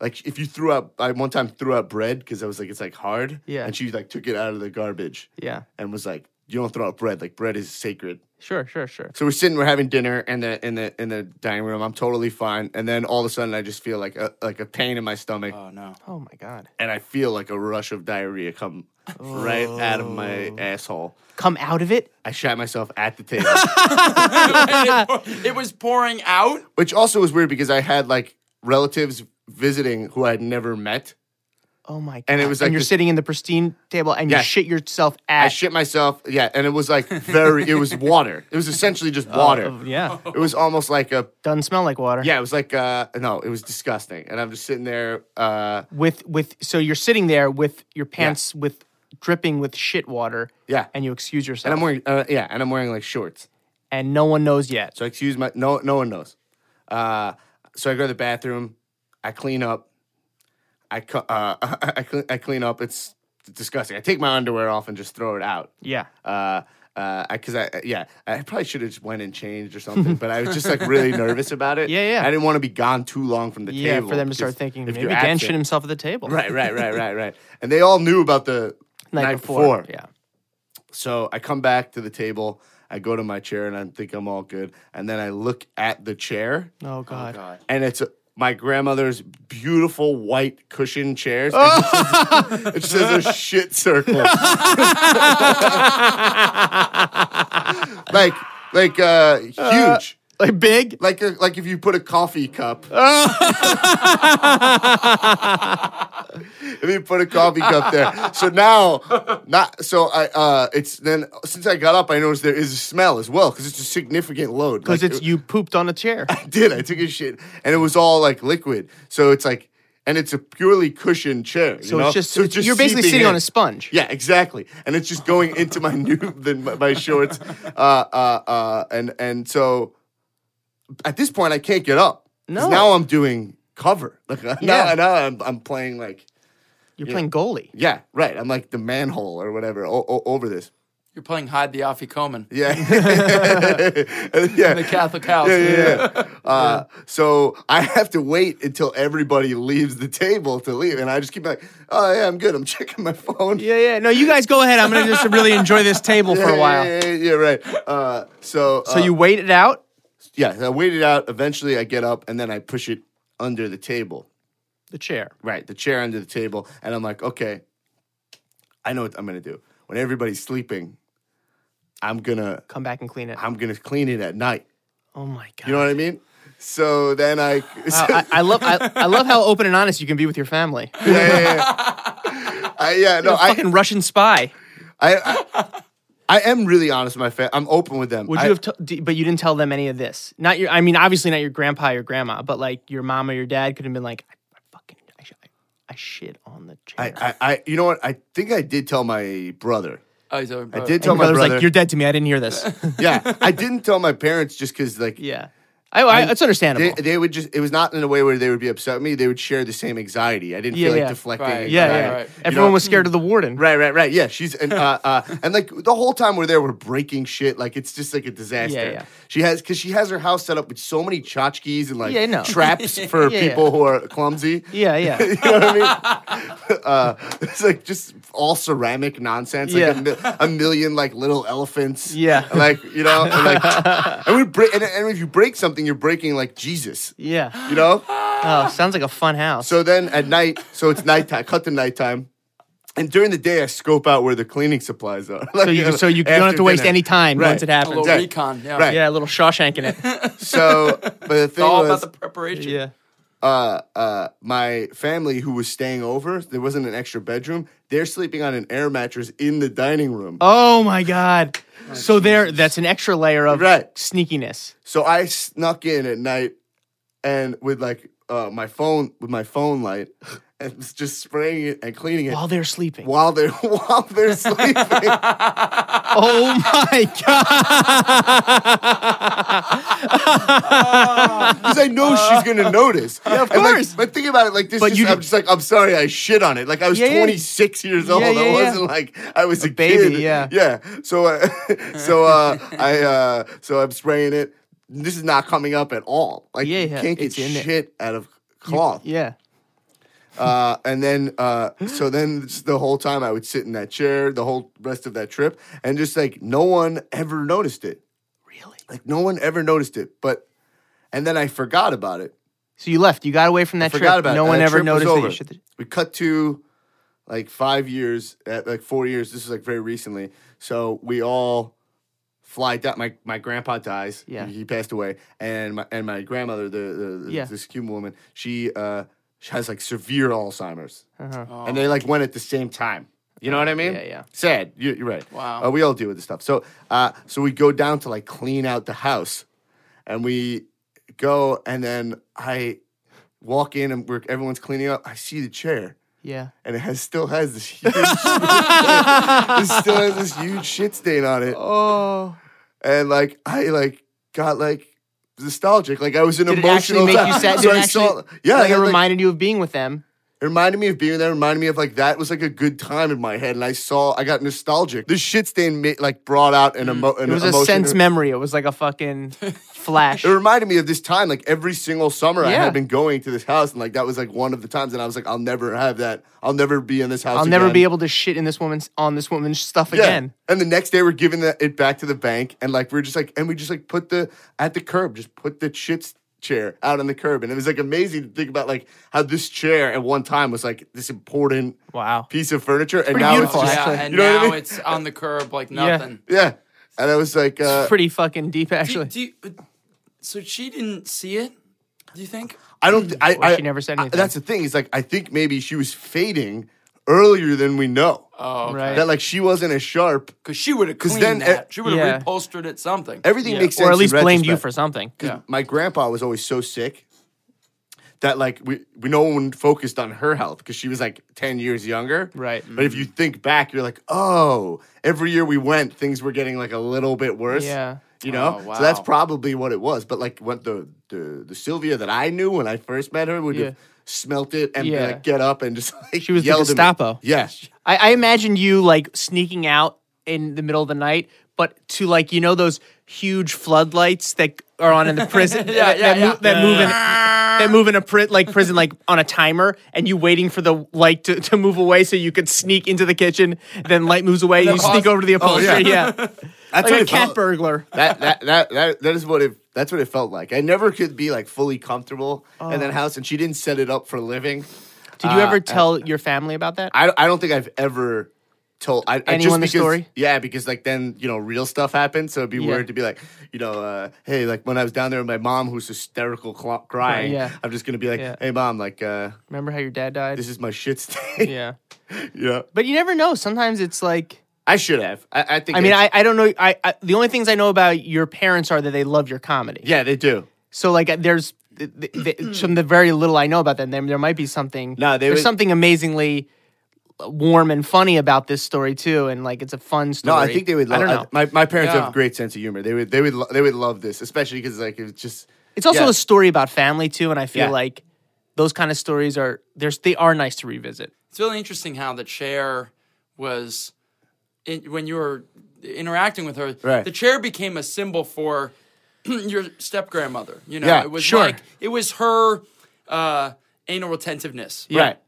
Speaker 1: like if you threw up, I one time threw up bread because I was like it's like hard.
Speaker 4: Yeah.
Speaker 1: and she like took it out of the garbage.
Speaker 4: Yeah.
Speaker 1: and was like, you don't throw out bread. Like bread is sacred.
Speaker 4: Sure, sure, sure.
Speaker 1: So we're sitting, we're having dinner in the in the in the dining room. I'm totally fine, and then all of a sudden, I just feel like a like a pain in my stomach,
Speaker 5: Oh no.
Speaker 4: Oh my god.
Speaker 1: and I feel like a rush of diarrhea come right out of my asshole.
Speaker 4: Come out of it.
Speaker 1: I shat myself at the table,
Speaker 5: it was pouring out.
Speaker 1: which also was weird because I had like relatives visiting who I had never met,
Speaker 4: Oh my god!
Speaker 1: And it was like
Speaker 4: and you're
Speaker 1: this-
Speaker 4: sitting in the pristine table and
Speaker 1: Yeah.
Speaker 4: you shit yourself at.
Speaker 1: I shit myself. Yeah, and it was like very. it was water. It was essentially just water.
Speaker 4: yeah,
Speaker 1: It was almost like a
Speaker 4: doesn't smell like water.
Speaker 1: yeah. It was like uh no. It was disgusting. And I'm just sitting there. Uh,
Speaker 4: With with so you're sitting there with your pants with dripping with shit water.
Speaker 1: Yeah.
Speaker 4: And you excuse yourself.
Speaker 1: and I'm wearing uh, yeah. And I'm wearing like shorts.
Speaker 4: and no one knows yet.
Speaker 1: So I excuse my no no one knows. Uh, so I go to the bathroom, I clean up, I cu- uh, I, cl- I clean up. It's disgusting. I take my underwear off and just throw it out.
Speaker 4: yeah.
Speaker 1: Uh, uh, I, cause I, yeah, I probably should have just went and changed or something, but I was just like really nervous about it.
Speaker 4: Yeah, yeah.
Speaker 1: I didn't want to be gone too long from the
Speaker 4: Yeah,
Speaker 1: table
Speaker 4: for them to start
Speaker 1: because
Speaker 4: thinking
Speaker 1: if
Speaker 4: maybe
Speaker 1: you're
Speaker 4: Dan
Speaker 1: absent-
Speaker 4: shit himself at the table.
Speaker 1: Right, right, right, right, right. And they all knew about the night,
Speaker 4: Night,
Speaker 1: before.
Speaker 4: Yeah.
Speaker 1: So I come back to the table. I go to my chair and I think I'm all good. And then I look at the chair
Speaker 4: Oh god.
Speaker 1: and it's my grandmother's beautiful white cushion chairs. It just says a shit circle. like, like, uh, huge.
Speaker 4: Like big.
Speaker 1: like, a, like if you put a coffee cup. if you put a coffee cup there. So now, not so I. Uh, it's then since I got up, I noticed there is a smell as well because it's a significant load.
Speaker 4: Because
Speaker 1: Like,
Speaker 4: it's
Speaker 1: it-
Speaker 4: you pooped on a chair.
Speaker 1: did. I took a shit, and it was all like liquid. So it's like, and it's a purely cushioned chair. you
Speaker 4: So
Speaker 1: know?
Speaker 4: it's just, it's- you're basically
Speaker 1: seeping
Speaker 4: sitting on
Speaker 1: in.
Speaker 4: a sponge.
Speaker 1: Yeah, exactly. And it's just going into my new the, my my shorts. Uh, uh, uh, and and so at this point, I can't get up. 'Cause
Speaker 4: No.
Speaker 1: Now I'm doing cover. Like now,
Speaker 4: Yeah.
Speaker 1: now I'm, I'm playing like
Speaker 4: You're playing goalie.
Speaker 1: yeah, right. I'm like the manhole or whatever o- o- over this.
Speaker 5: You're playing hide the Afikoman.
Speaker 1: Yeah. yeah.
Speaker 5: The Catholic house.
Speaker 1: Yeah, yeah, yeah. Uh, so I have to wait until everybody leaves the table to leave, and I just keep like, "Oh yeah, I'm good. I'm checking my phone."
Speaker 4: Yeah, yeah. No, you guys go ahead. I'm gonna just really enjoy this table for a while.
Speaker 1: Yeah, yeah, yeah, right. Uh, so,
Speaker 4: So you wait it out.
Speaker 1: yeah, I waited out. Eventually, I get up and then I push it under the table,
Speaker 4: The chair.
Speaker 1: right, the chair under the table, and I'm like, okay, I know what I'm gonna do. When everybody's sleeping, I'm gonna
Speaker 4: Come back and clean it.
Speaker 1: I'm gonna clean it at night.
Speaker 4: Oh my god.
Speaker 1: You know what I mean? So then I,
Speaker 4: I, I love I, I love how open and honest you can be with your family.
Speaker 1: yeah, yeah, yeah. I, yeah, no, I,
Speaker 4: Fucking Russian spy.
Speaker 1: I, I, I am really honest with my family. I'm open with them.
Speaker 4: Would you
Speaker 1: I-
Speaker 4: have? T- d- but you didn't tell them any of this. Not your. I mean, obviously not your grandpa, your grandma, but like your mom or your dad could have been like, I, I fucking I, sh- I, I shit on the chair.
Speaker 1: I, I, I, you know what? I think I did tell my brother.
Speaker 5: Oh, he's over-
Speaker 1: I did
Speaker 4: Your
Speaker 1: tell my
Speaker 4: brother's
Speaker 1: brother.
Speaker 4: like, you're dead to me. I didn't hear this.
Speaker 1: yeah, I didn't tell my parents just because, like,
Speaker 4: yeah, I, I, it's understandable.
Speaker 1: they, they would just. It was not in a way where they would be upset with me. They would share the same anxiety. I didn't
Speaker 4: Yeah,
Speaker 1: feel like
Speaker 4: yeah.
Speaker 1: deflecting.
Speaker 5: Right.
Speaker 4: yeah,
Speaker 1: anxiety.
Speaker 4: yeah.
Speaker 5: right. You
Speaker 4: Everyone
Speaker 1: know-
Speaker 4: was scared of the warden.
Speaker 1: Right, right, right. Yeah, she's and uh, uh, and like the whole time we're there, we're breaking shit. Like it's just like a disaster.
Speaker 4: Yeah, yeah.
Speaker 1: She has because she has her house set up with so many tchotchkes and like
Speaker 4: Yeah, I know.
Speaker 1: traps for
Speaker 4: Yeah, yeah.
Speaker 1: people who are clumsy.
Speaker 4: Yeah, yeah.
Speaker 1: you know what I mean? uh, it's like just all ceramic nonsense. Like
Speaker 4: Yeah.
Speaker 1: a, mi- a million like little elephants.
Speaker 4: Yeah.
Speaker 1: Like you know, and like and we break and, and if you break something, you're breaking like Jesus.
Speaker 4: Yeah.
Speaker 1: You know.
Speaker 4: Oh, sounds like a fun house.
Speaker 1: So then at night, so it's nighttime, cut to nighttime. And during the day, I scope out where the cleaning supplies are.
Speaker 4: so you, so you don't have
Speaker 1: after
Speaker 4: to waste
Speaker 1: dinner.
Speaker 4: any time
Speaker 1: Right.
Speaker 4: once it
Speaker 5: a
Speaker 4: happens.
Speaker 5: little
Speaker 1: Right.
Speaker 5: recon. Yeah.
Speaker 1: Right.
Speaker 4: Yeah, a little Shawshank in it.
Speaker 1: So, but the
Speaker 5: It's
Speaker 1: thing
Speaker 5: all
Speaker 1: was,
Speaker 5: about the preparation.
Speaker 4: yeah.
Speaker 1: uh, uh, my family who was staying over, there wasn't an extra bedroom. They're sleeping on an air mattress in the dining room.
Speaker 4: Oh my god. so there, that's an extra layer of
Speaker 1: Oh, Right.
Speaker 4: sneakiness.
Speaker 1: So I snuck in at night and with like uh, my phone, with my phone light, and was just spraying it and cleaning it
Speaker 4: While they're sleeping.
Speaker 1: while they're while they're sleeping.
Speaker 4: Oh my god!
Speaker 1: Because I know she's gonna notice. Yeah,
Speaker 4: of course.
Speaker 1: but think about it like this.
Speaker 4: But
Speaker 1: just-
Speaker 4: you
Speaker 1: I'm
Speaker 4: did-
Speaker 1: just like, I'm sorry, I shit on it. Like I was
Speaker 4: Yeah, yeah.
Speaker 1: 26 years old.
Speaker 4: yeah,
Speaker 1: I
Speaker 4: yeah.
Speaker 1: wasn't like I was a,
Speaker 4: baby,
Speaker 1: kid.
Speaker 4: yeah.
Speaker 1: yeah. So, uh, so uh, I, uh, so I'm spraying it. This is not coming up at all. Like
Speaker 4: Yeah,
Speaker 1: you
Speaker 4: yeah,
Speaker 1: can't get
Speaker 4: it's in there.
Speaker 1: shit out of cloth.
Speaker 4: yeah.
Speaker 1: Uh, and then, uh, so then just the whole time I would sit in that chair the whole rest of that trip, and just like no one ever noticed it.
Speaker 4: Really?
Speaker 1: Like no one ever noticed it. But, and then I forgot about it.
Speaker 4: So you left. You got away from that
Speaker 1: forgot
Speaker 4: trip.
Speaker 1: about it.
Speaker 4: no
Speaker 1: That
Speaker 4: one ever
Speaker 1: trip was
Speaker 4: noticed that you
Speaker 1: over.
Speaker 4: should.
Speaker 1: we cut to like five years at like four years this is like very recently so we all fly down my, my grandpa dies
Speaker 4: Yeah.
Speaker 1: he passed away and my and my grandmother the the, the
Speaker 4: Yeah.
Speaker 1: this cuban woman she uh She has like severe Alzheimer's, and they like went at the same time. You know what I mean?
Speaker 4: Uh-huh. Yeah, yeah.
Speaker 1: Sad. You, you're right.
Speaker 5: Wow.
Speaker 1: Uh, we all deal with this stuff. So, uh, so we go down to like clean out the house, and we go, and then I walk in, and we're, everyone's cleaning up. I see the chair
Speaker 4: Yeah.
Speaker 1: and it has still has this huge it still has this huge shit stain on it.
Speaker 4: Oh.
Speaker 1: And like I like got like nostalgic. Like I was an
Speaker 4: Did it
Speaker 1: emotional
Speaker 4: actually make
Speaker 1: time.
Speaker 4: you sad?
Speaker 1: So
Speaker 4: Did it
Speaker 1: I
Speaker 4: actually,
Speaker 1: saw, yeah,
Speaker 4: like
Speaker 1: I
Speaker 4: it
Speaker 1: had, like,
Speaker 4: reminded you of being with them.
Speaker 1: it reminded me of being there. It reminded me of like that was like a good time in my head, and I saw I got nostalgic. This shit stain ma- like brought out an, emo- an
Speaker 4: It was a
Speaker 1: emotion.
Speaker 4: sense memory. It was like a fucking flash.
Speaker 1: it reminded me of this time, like every single summer I
Speaker 4: Yeah.
Speaker 1: had been going to this house, and like that was like one of the times, and I was like, I'll never have that. I'll never be in this house.
Speaker 4: I'll never
Speaker 1: again.
Speaker 4: be able to shit in this woman's on this woman's stuff
Speaker 1: Yeah.
Speaker 4: again.
Speaker 1: And the next day, we're giving the, it back to the bank, and like we're just like, and we just like put the at the curb, just put the shits chair out on the curb, and it was like amazing to think about like how this chair at one time was like this important
Speaker 4: Wow.
Speaker 1: piece of furniture, and
Speaker 4: pretty
Speaker 1: now
Speaker 4: beautiful,
Speaker 1: it's just,
Speaker 4: actually.
Speaker 5: Oh, Yeah, and
Speaker 1: You know what I
Speaker 5: now
Speaker 1: mean?
Speaker 5: it's on the curb like nothing.
Speaker 1: yeah. And I was like, uh,
Speaker 4: Pretty fucking deep,
Speaker 5: Do you-
Speaker 4: actually.
Speaker 5: do you- uh, so she didn't see it. Do you think?
Speaker 1: I don't, I,
Speaker 4: Or
Speaker 1: I
Speaker 4: she never said
Speaker 1: I-
Speaker 4: anything.
Speaker 1: that's the thing is like, I think maybe she was fading earlier than we know.
Speaker 5: Oh,
Speaker 4: Right.
Speaker 1: That like she wasn't as sharp.
Speaker 5: because she would have cleaned
Speaker 1: then, uh,
Speaker 5: that. she would have
Speaker 4: Yeah.
Speaker 5: reupholstered it something.
Speaker 1: Everything makes sense,
Speaker 4: or at
Speaker 1: in
Speaker 4: least blamed you
Speaker 1: retrospect.
Speaker 4: for something.
Speaker 5: Yeah.
Speaker 1: my grandpa was always so sick that like we, we no one focused on her health because she was like 10 years younger
Speaker 4: Right.
Speaker 1: but if you think back you're like oh every year we went things were getting like a little bit worse
Speaker 4: Yeah.
Speaker 1: you know
Speaker 5: Oh, wow.
Speaker 1: so that's probably what it was but like what the the, the sylvia that i knew when i first met her would
Speaker 4: Yeah.
Speaker 1: have smelt it and
Speaker 4: Yeah.
Speaker 1: like get up and just like
Speaker 4: She was the
Speaker 1: yelled at me.
Speaker 4: Gestapo.
Speaker 1: yeah
Speaker 4: I, I imagined you like sneaking out in the middle of the night, but to like you know those huge floodlights that are on in the prison
Speaker 5: Yeah,
Speaker 4: that,
Speaker 5: yeah,
Speaker 4: that,
Speaker 5: yeah.
Speaker 4: Move, that move in that move in a pri- like prison like on a timer, and you waiting for the light to, to move away so you could sneak into the kitchen. Then light moves away, and you
Speaker 5: pause-
Speaker 4: sneak over to the upholstery. yeah.
Speaker 1: that's
Speaker 4: like a
Speaker 1: it felt-
Speaker 4: cat burglar.
Speaker 1: that, that that that that is what it that's what it felt like. I never could be like fully comfortable in
Speaker 4: Oh.
Speaker 1: that house, and she didn't set it up for a living.
Speaker 4: Did you ever tell your family about that?
Speaker 1: I I don't think I've ever told I, I just
Speaker 4: Anyone the
Speaker 1: because,
Speaker 4: story?
Speaker 1: Yeah, because like then you know real stuff happens, so it'd be
Speaker 4: Yeah.
Speaker 1: weird to be like you know uh, hey like when I was down there with my mom who's hysterical cl- crying,
Speaker 4: Yeah.
Speaker 1: I'm just gonna be like
Speaker 4: Yeah.
Speaker 1: hey mom like uh,
Speaker 4: Remember how your dad died?
Speaker 1: this is my shit stain.
Speaker 4: yeah.
Speaker 1: yeah,
Speaker 4: But you never know. Sometimes it's like
Speaker 1: I should have. I, I think.
Speaker 4: I mean,
Speaker 1: it's-
Speaker 4: I, I don't know. I, I the only things I know about your parents are that they love your comedy.
Speaker 1: yeah they do.
Speaker 4: So like, uh, there's th- th- th- from the very little I know about them, there, there might be something.
Speaker 1: No, they
Speaker 4: there's
Speaker 1: would-
Speaker 4: something amazingly uh, warm and funny about this story too, and like it's a fun story.
Speaker 1: No, I think they would. Love,
Speaker 4: I don't know.
Speaker 1: my my parents
Speaker 5: Yeah.
Speaker 1: have a great sense of humor. They would they would lo- they would love this, especially because like it's just
Speaker 4: it's also
Speaker 1: yeah.
Speaker 4: a story about family too, and I feel
Speaker 1: Yeah.
Speaker 4: like those kind of stories are there's they are nice to revisit.
Speaker 5: It's really interesting how the chair was in, when you were interacting with her.
Speaker 1: Right.
Speaker 5: The chair became a symbol for your step grandmother. You know,
Speaker 1: Yeah,
Speaker 5: it was
Speaker 4: sure.
Speaker 5: like it was her uh, anal retentiveness,
Speaker 1: right.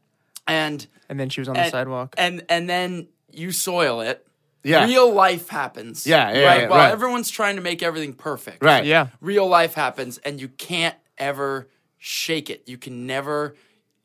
Speaker 5: and
Speaker 4: And then she was on the
Speaker 5: and-
Speaker 4: sidewalk.
Speaker 5: and and then you soil it.
Speaker 1: Yeah.
Speaker 5: Real life happens.
Speaker 1: Yeah, yeah,
Speaker 5: right.
Speaker 1: yeah,
Speaker 5: While
Speaker 1: right.
Speaker 5: everyone's trying to make everything perfect.
Speaker 1: Right.
Speaker 4: yeah,
Speaker 5: real life happens and you can't ever shake it. You can never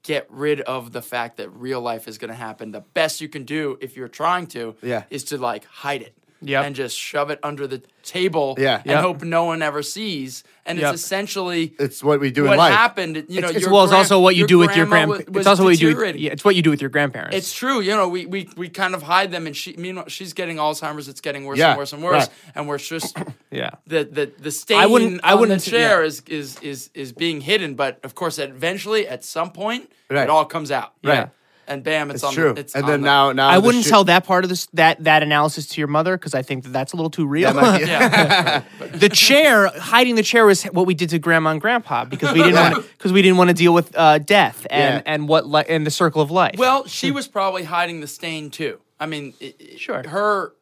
Speaker 5: get rid of the fact that real life is going to happen. The best you can do if you're trying to
Speaker 1: Yeah.
Speaker 5: is to like hide it.
Speaker 4: Yep.
Speaker 5: And just shove it under the table
Speaker 1: Yeah.
Speaker 5: and
Speaker 1: Yep.
Speaker 5: hope no one ever sees. And
Speaker 4: Yep.
Speaker 5: it's essentially
Speaker 1: It's what we do
Speaker 5: what
Speaker 1: in life.
Speaker 5: happened. You know,
Speaker 4: it's, it's-
Speaker 5: your
Speaker 4: well, it's
Speaker 5: gran-
Speaker 4: also what you do with your
Speaker 5: grandma
Speaker 4: grandparents.
Speaker 5: wa- was
Speaker 4: It's also what you do. With,
Speaker 5: deteriorating.
Speaker 4: yeah, it's what you do with your grandparents.
Speaker 5: It's true. You know, we, we, we kind of hide them and she, meanwhile, she's getting Alzheimer's. It's getting worse
Speaker 1: Yeah.
Speaker 5: and worse and worse.
Speaker 1: Right.
Speaker 5: And we're just
Speaker 4: yeah.
Speaker 5: the the the stain
Speaker 4: I wouldn't- I
Speaker 5: on
Speaker 4: wouldn't-
Speaker 5: the chair
Speaker 4: yeah.
Speaker 5: is, is is is being hidden, but of course, eventually, at some point,
Speaker 1: Right.
Speaker 5: it all comes out.
Speaker 1: Right.
Speaker 5: and bam, it's,
Speaker 1: It's
Speaker 5: on.
Speaker 1: true.
Speaker 5: The, it's
Speaker 1: and
Speaker 5: on
Speaker 1: then
Speaker 5: the-
Speaker 1: now now
Speaker 4: I
Speaker 1: the
Speaker 4: wouldn't
Speaker 1: shit-
Speaker 4: tell that part of this that that analysis to your mother because I think that that's a little too real.
Speaker 1: That might be-
Speaker 4: the chair hiding the chair was what we did to grandma and grandpa because we didn't want because we didn't want to deal with uh, death and
Speaker 1: Yeah.
Speaker 4: and what li- and the circle of life.
Speaker 5: well, she was probably hiding the stain too. I mean, i- i-
Speaker 4: Sure.
Speaker 5: her.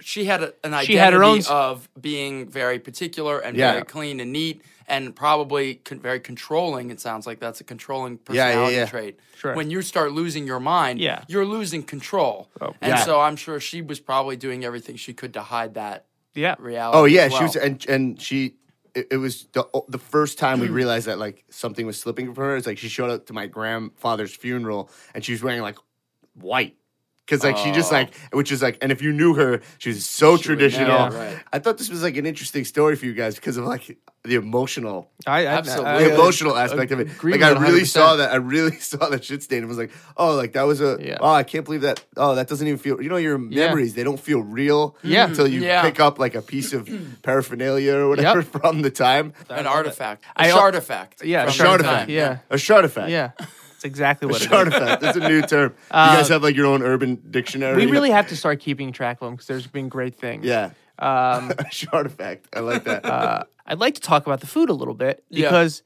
Speaker 5: She had a, an identity
Speaker 4: She had her own s-
Speaker 5: of being very particular and
Speaker 1: Yeah.
Speaker 5: very clean and neat, and probably con- very controlling. It sounds like that's a controlling
Speaker 1: Yeah, yeah,
Speaker 5: personality
Speaker 1: yeah.
Speaker 5: trait.
Speaker 4: Sure.
Speaker 5: When you start losing your mind,
Speaker 4: Yeah.
Speaker 5: you're losing control. and
Speaker 1: Yeah.
Speaker 5: so I'm sure she was probably doing everything she could to hide that
Speaker 4: yeah,
Speaker 5: reality.
Speaker 1: oh yeah,
Speaker 5: as well.
Speaker 1: she was, and and she. It, it was the, the first time
Speaker 5: Mm.
Speaker 1: we realized that like something was slipping from her. It's like she showed up to my grandfather's funeral and she was wearing like white Cause like she just like, which is like, and if you knew her, she was so traditional.
Speaker 5: Oh. yeah, right.
Speaker 1: I thought this was like an interesting story for you guys because of like the emotional,
Speaker 4: I, I,
Speaker 5: Absolutely.
Speaker 1: the
Speaker 4: I,
Speaker 5: Emo-
Speaker 1: emotional aspect of it.
Speaker 5: agree
Speaker 1: Like I
Speaker 5: with
Speaker 1: really
Speaker 5: 100%.
Speaker 1: saw that. I really saw that shit stain and was like, oh, like that was a.
Speaker 6: Yeah.
Speaker 1: Oh, I can't believe that. Oh, that doesn't even feel. You know, your
Speaker 6: Yeah.
Speaker 1: memories they don't feel real.
Speaker 6: Yeah.
Speaker 1: Until you
Speaker 5: Yeah.
Speaker 1: pick up like a piece of paraphernalia or whatever from the time.
Speaker 5: An artifact. A
Speaker 6: I al-
Speaker 5: shartifact.
Speaker 6: Yeah,
Speaker 5: from
Speaker 6: a
Speaker 5: the
Speaker 1: shartifact.
Speaker 5: time.
Speaker 6: Yeah.
Speaker 1: A shard effect.
Speaker 6: Yeah.
Speaker 4: that's exactly what it is.
Speaker 1: Shard effect. That's a new term. you guys have like your own urban dictionary.
Speaker 4: Uh, We really have to start keeping track of them because there's been great things.
Speaker 1: Yeah.
Speaker 4: Um, uh,
Speaker 1: Shard effect. I like that.
Speaker 4: I'd like to talk about the food a little bit
Speaker 5: Yeah.
Speaker 4: because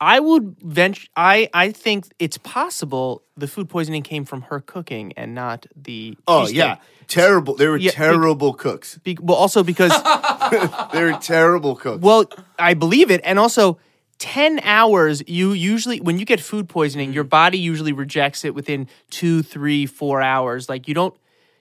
Speaker 4: I would venture. I I think it's possible the food poisoning came from her cooking and not the.
Speaker 1: oh
Speaker 4: cheesesteak.
Speaker 1: yeah. Terrible. They were
Speaker 4: Yeah, be-
Speaker 1: terrible cooks.
Speaker 4: Be- well, also because
Speaker 1: They were terrible cooks.
Speaker 4: well, I believe it, and also. 10 hours you usually when you get food poisoning your
Speaker 1: Mm-hmm.
Speaker 4: body usually rejects it within two three four hours like you don't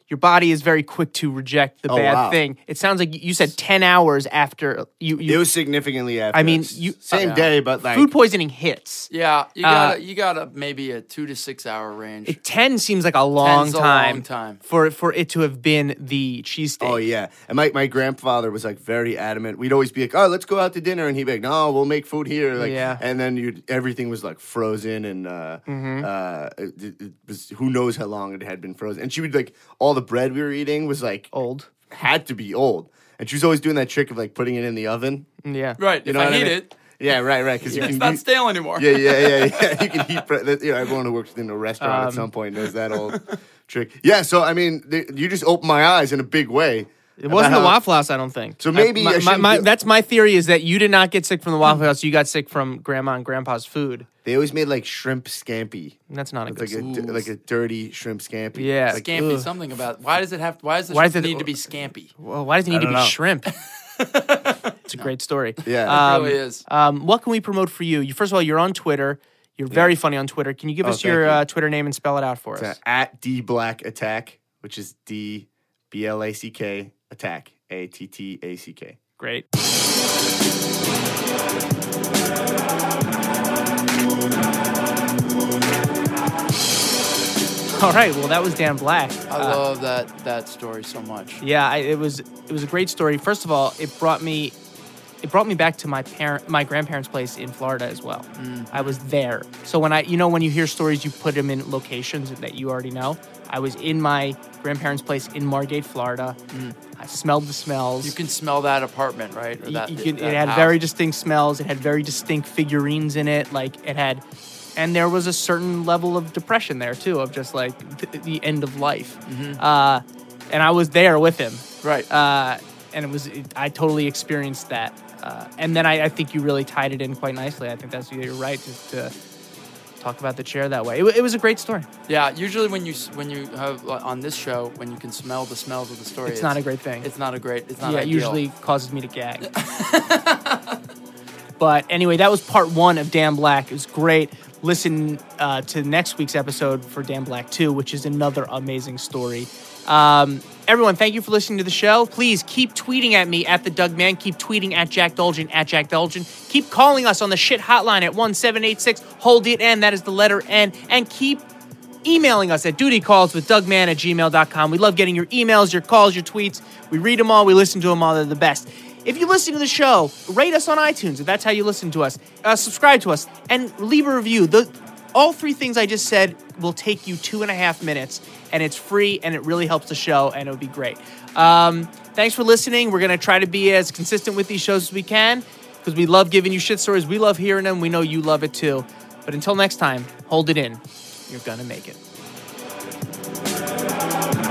Speaker 4: your body is very quick to reject the bad
Speaker 1: Oh, wow.
Speaker 4: thing it sounds like you said 10 hours after you, you
Speaker 1: it was significantly after.
Speaker 4: I mean,
Speaker 1: S-
Speaker 4: you- uh,
Speaker 1: same day, but like
Speaker 4: food poisoning hits
Speaker 5: Yeah, you gotta you gotta maybe a two to six hour range.
Speaker 4: It- ten seems like a long
Speaker 5: a long
Speaker 4: time.
Speaker 5: time.
Speaker 4: for for it to have been the cheesesteak.
Speaker 1: Oh yeah, and my, my grandfather was like very adamant. We'd always be like, "Oh, let's go out to dinner," and he'd be like, "No, we'll make food here." Like,
Speaker 4: Yeah.
Speaker 1: And then you everything was like frozen, and uh,
Speaker 5: Mm-hmm.
Speaker 1: uh, it, it was who knows how long it had been frozen. And she would like all the bread we were eating was like
Speaker 5: Oh.
Speaker 4: old.
Speaker 1: had to be old, and she was always doing that trick of like putting it in the oven.
Speaker 4: Yeah,
Speaker 5: right.
Speaker 1: You
Speaker 5: if
Speaker 1: know
Speaker 5: I
Speaker 1: what
Speaker 5: need
Speaker 1: I mean?
Speaker 5: it,
Speaker 1: Yeah, right, right. Because you
Speaker 5: it's
Speaker 1: can
Speaker 5: not
Speaker 1: you-
Speaker 5: stale anymore.
Speaker 1: yeah, yeah, yeah, yeah. You can heat. Pre- that- you know, everyone who works in a restaurant
Speaker 4: Um.
Speaker 1: at some point knows that old trick. Yeah. So I mean, th- you just opened my eyes in a big way.
Speaker 4: it wasn't
Speaker 1: about how-
Speaker 4: the Waffle House. I don't think.
Speaker 1: So maybe
Speaker 4: I-
Speaker 1: I
Speaker 4: my, my,
Speaker 1: shouldn't
Speaker 4: my,
Speaker 1: be-
Speaker 4: that's my theory is that you did not get sick from the Waffle House. You got sick from Grandma and Grandpa's food.
Speaker 1: They always made like shrimp scampi.
Speaker 4: And that's not a
Speaker 1: It's
Speaker 4: good.
Speaker 1: like a
Speaker 4: sign.
Speaker 1: di- like a dirty shrimp scampi.
Speaker 4: yeah.
Speaker 1: Like,
Speaker 5: Scampy,
Speaker 4: ugh.
Speaker 5: something about why does it have? Why does it,
Speaker 4: Why does it-
Speaker 5: need to be scampy?
Speaker 4: Well, why does it need to be
Speaker 1: don't know.
Speaker 4: shrimp? it's a great story.
Speaker 1: yeah.
Speaker 5: It really is.
Speaker 4: Um, what can we promote for you? You first of all, you're on Twitter. You're very funny on Twitter. Can you give us
Speaker 1: Oh, thank
Speaker 4: your
Speaker 1: you.
Speaker 4: uh, Twitter name and spell it out for
Speaker 1: It's,
Speaker 4: us?
Speaker 1: uh, at D Black Attack, which is D B L A C K Attack. A T T A C K.
Speaker 4: Great. All right. Well, that was Dan Black.
Speaker 5: I love that that story so much.
Speaker 4: Yeah, I, it was it was a great story. First of all, it brought me it brought me back to my parent my grandparents' place in Florida as well.
Speaker 5: Mm.
Speaker 4: I was there. So when I you know when you hear stories, you put them in locations that you already know. I was in my grandparents' place in Margate, Florida. I smelled the smells.
Speaker 5: Mm. You can smell that apartment, right? Or
Speaker 4: You-
Speaker 5: that,
Speaker 4: you could-
Speaker 5: that
Speaker 4: it had
Speaker 5: house.
Speaker 4: very distinct smells. It had very distinct figurines in it. Like it had, and there was a certain level of depression there too, of just like th- the end of life.
Speaker 5: Mm-hmm.
Speaker 4: Uh, and I was there with him,
Speaker 5: right.
Speaker 4: uh, and it was it, I totally experienced that. Uh, and then I, I think you really tied it in quite nicely. I think that's you're right to, to talk about the chair that way. It, wa- it was a great story.
Speaker 5: yeah. Usually when you s- when you have uh, on this show when you can smell the smells of the story,
Speaker 4: It's not a great thing.
Speaker 5: It's not a great. It's not.
Speaker 4: yeah, it
Speaker 5: ideal.
Speaker 4: usually causes me to gag. but anyway, that was part one of Dan Black. It was great. Listen uh, to next week's episode for Dan Black 2, which is another amazing story. Um, everyone, thank you for listening to the show. Please keep tweeting at me at the Doug Man. Keep tweeting at Jack Dolgen at Jack Dolgen. Keep calling us on the shit hotline at 1786 Hold It N. That is the letter N. And keep emailing us at dutycalls with dougman at gmail.com. We love getting your emails, your calls, your tweets. We read them all, we listen to them all, they're the best. If you listen to the show, rate us on iTunes if that's how you listen to us. Uh, subscribe to us and leave a review. The, all three things I just said will take you two and a half minutes, and it's free and it really helps the show, and it would be great. Um, thanks for listening. We're going to try to be as consistent with these shows as we can because we love giving you shit stories. We love hearing them. We know you love it too. But until next time, hold it in you're gonna make it.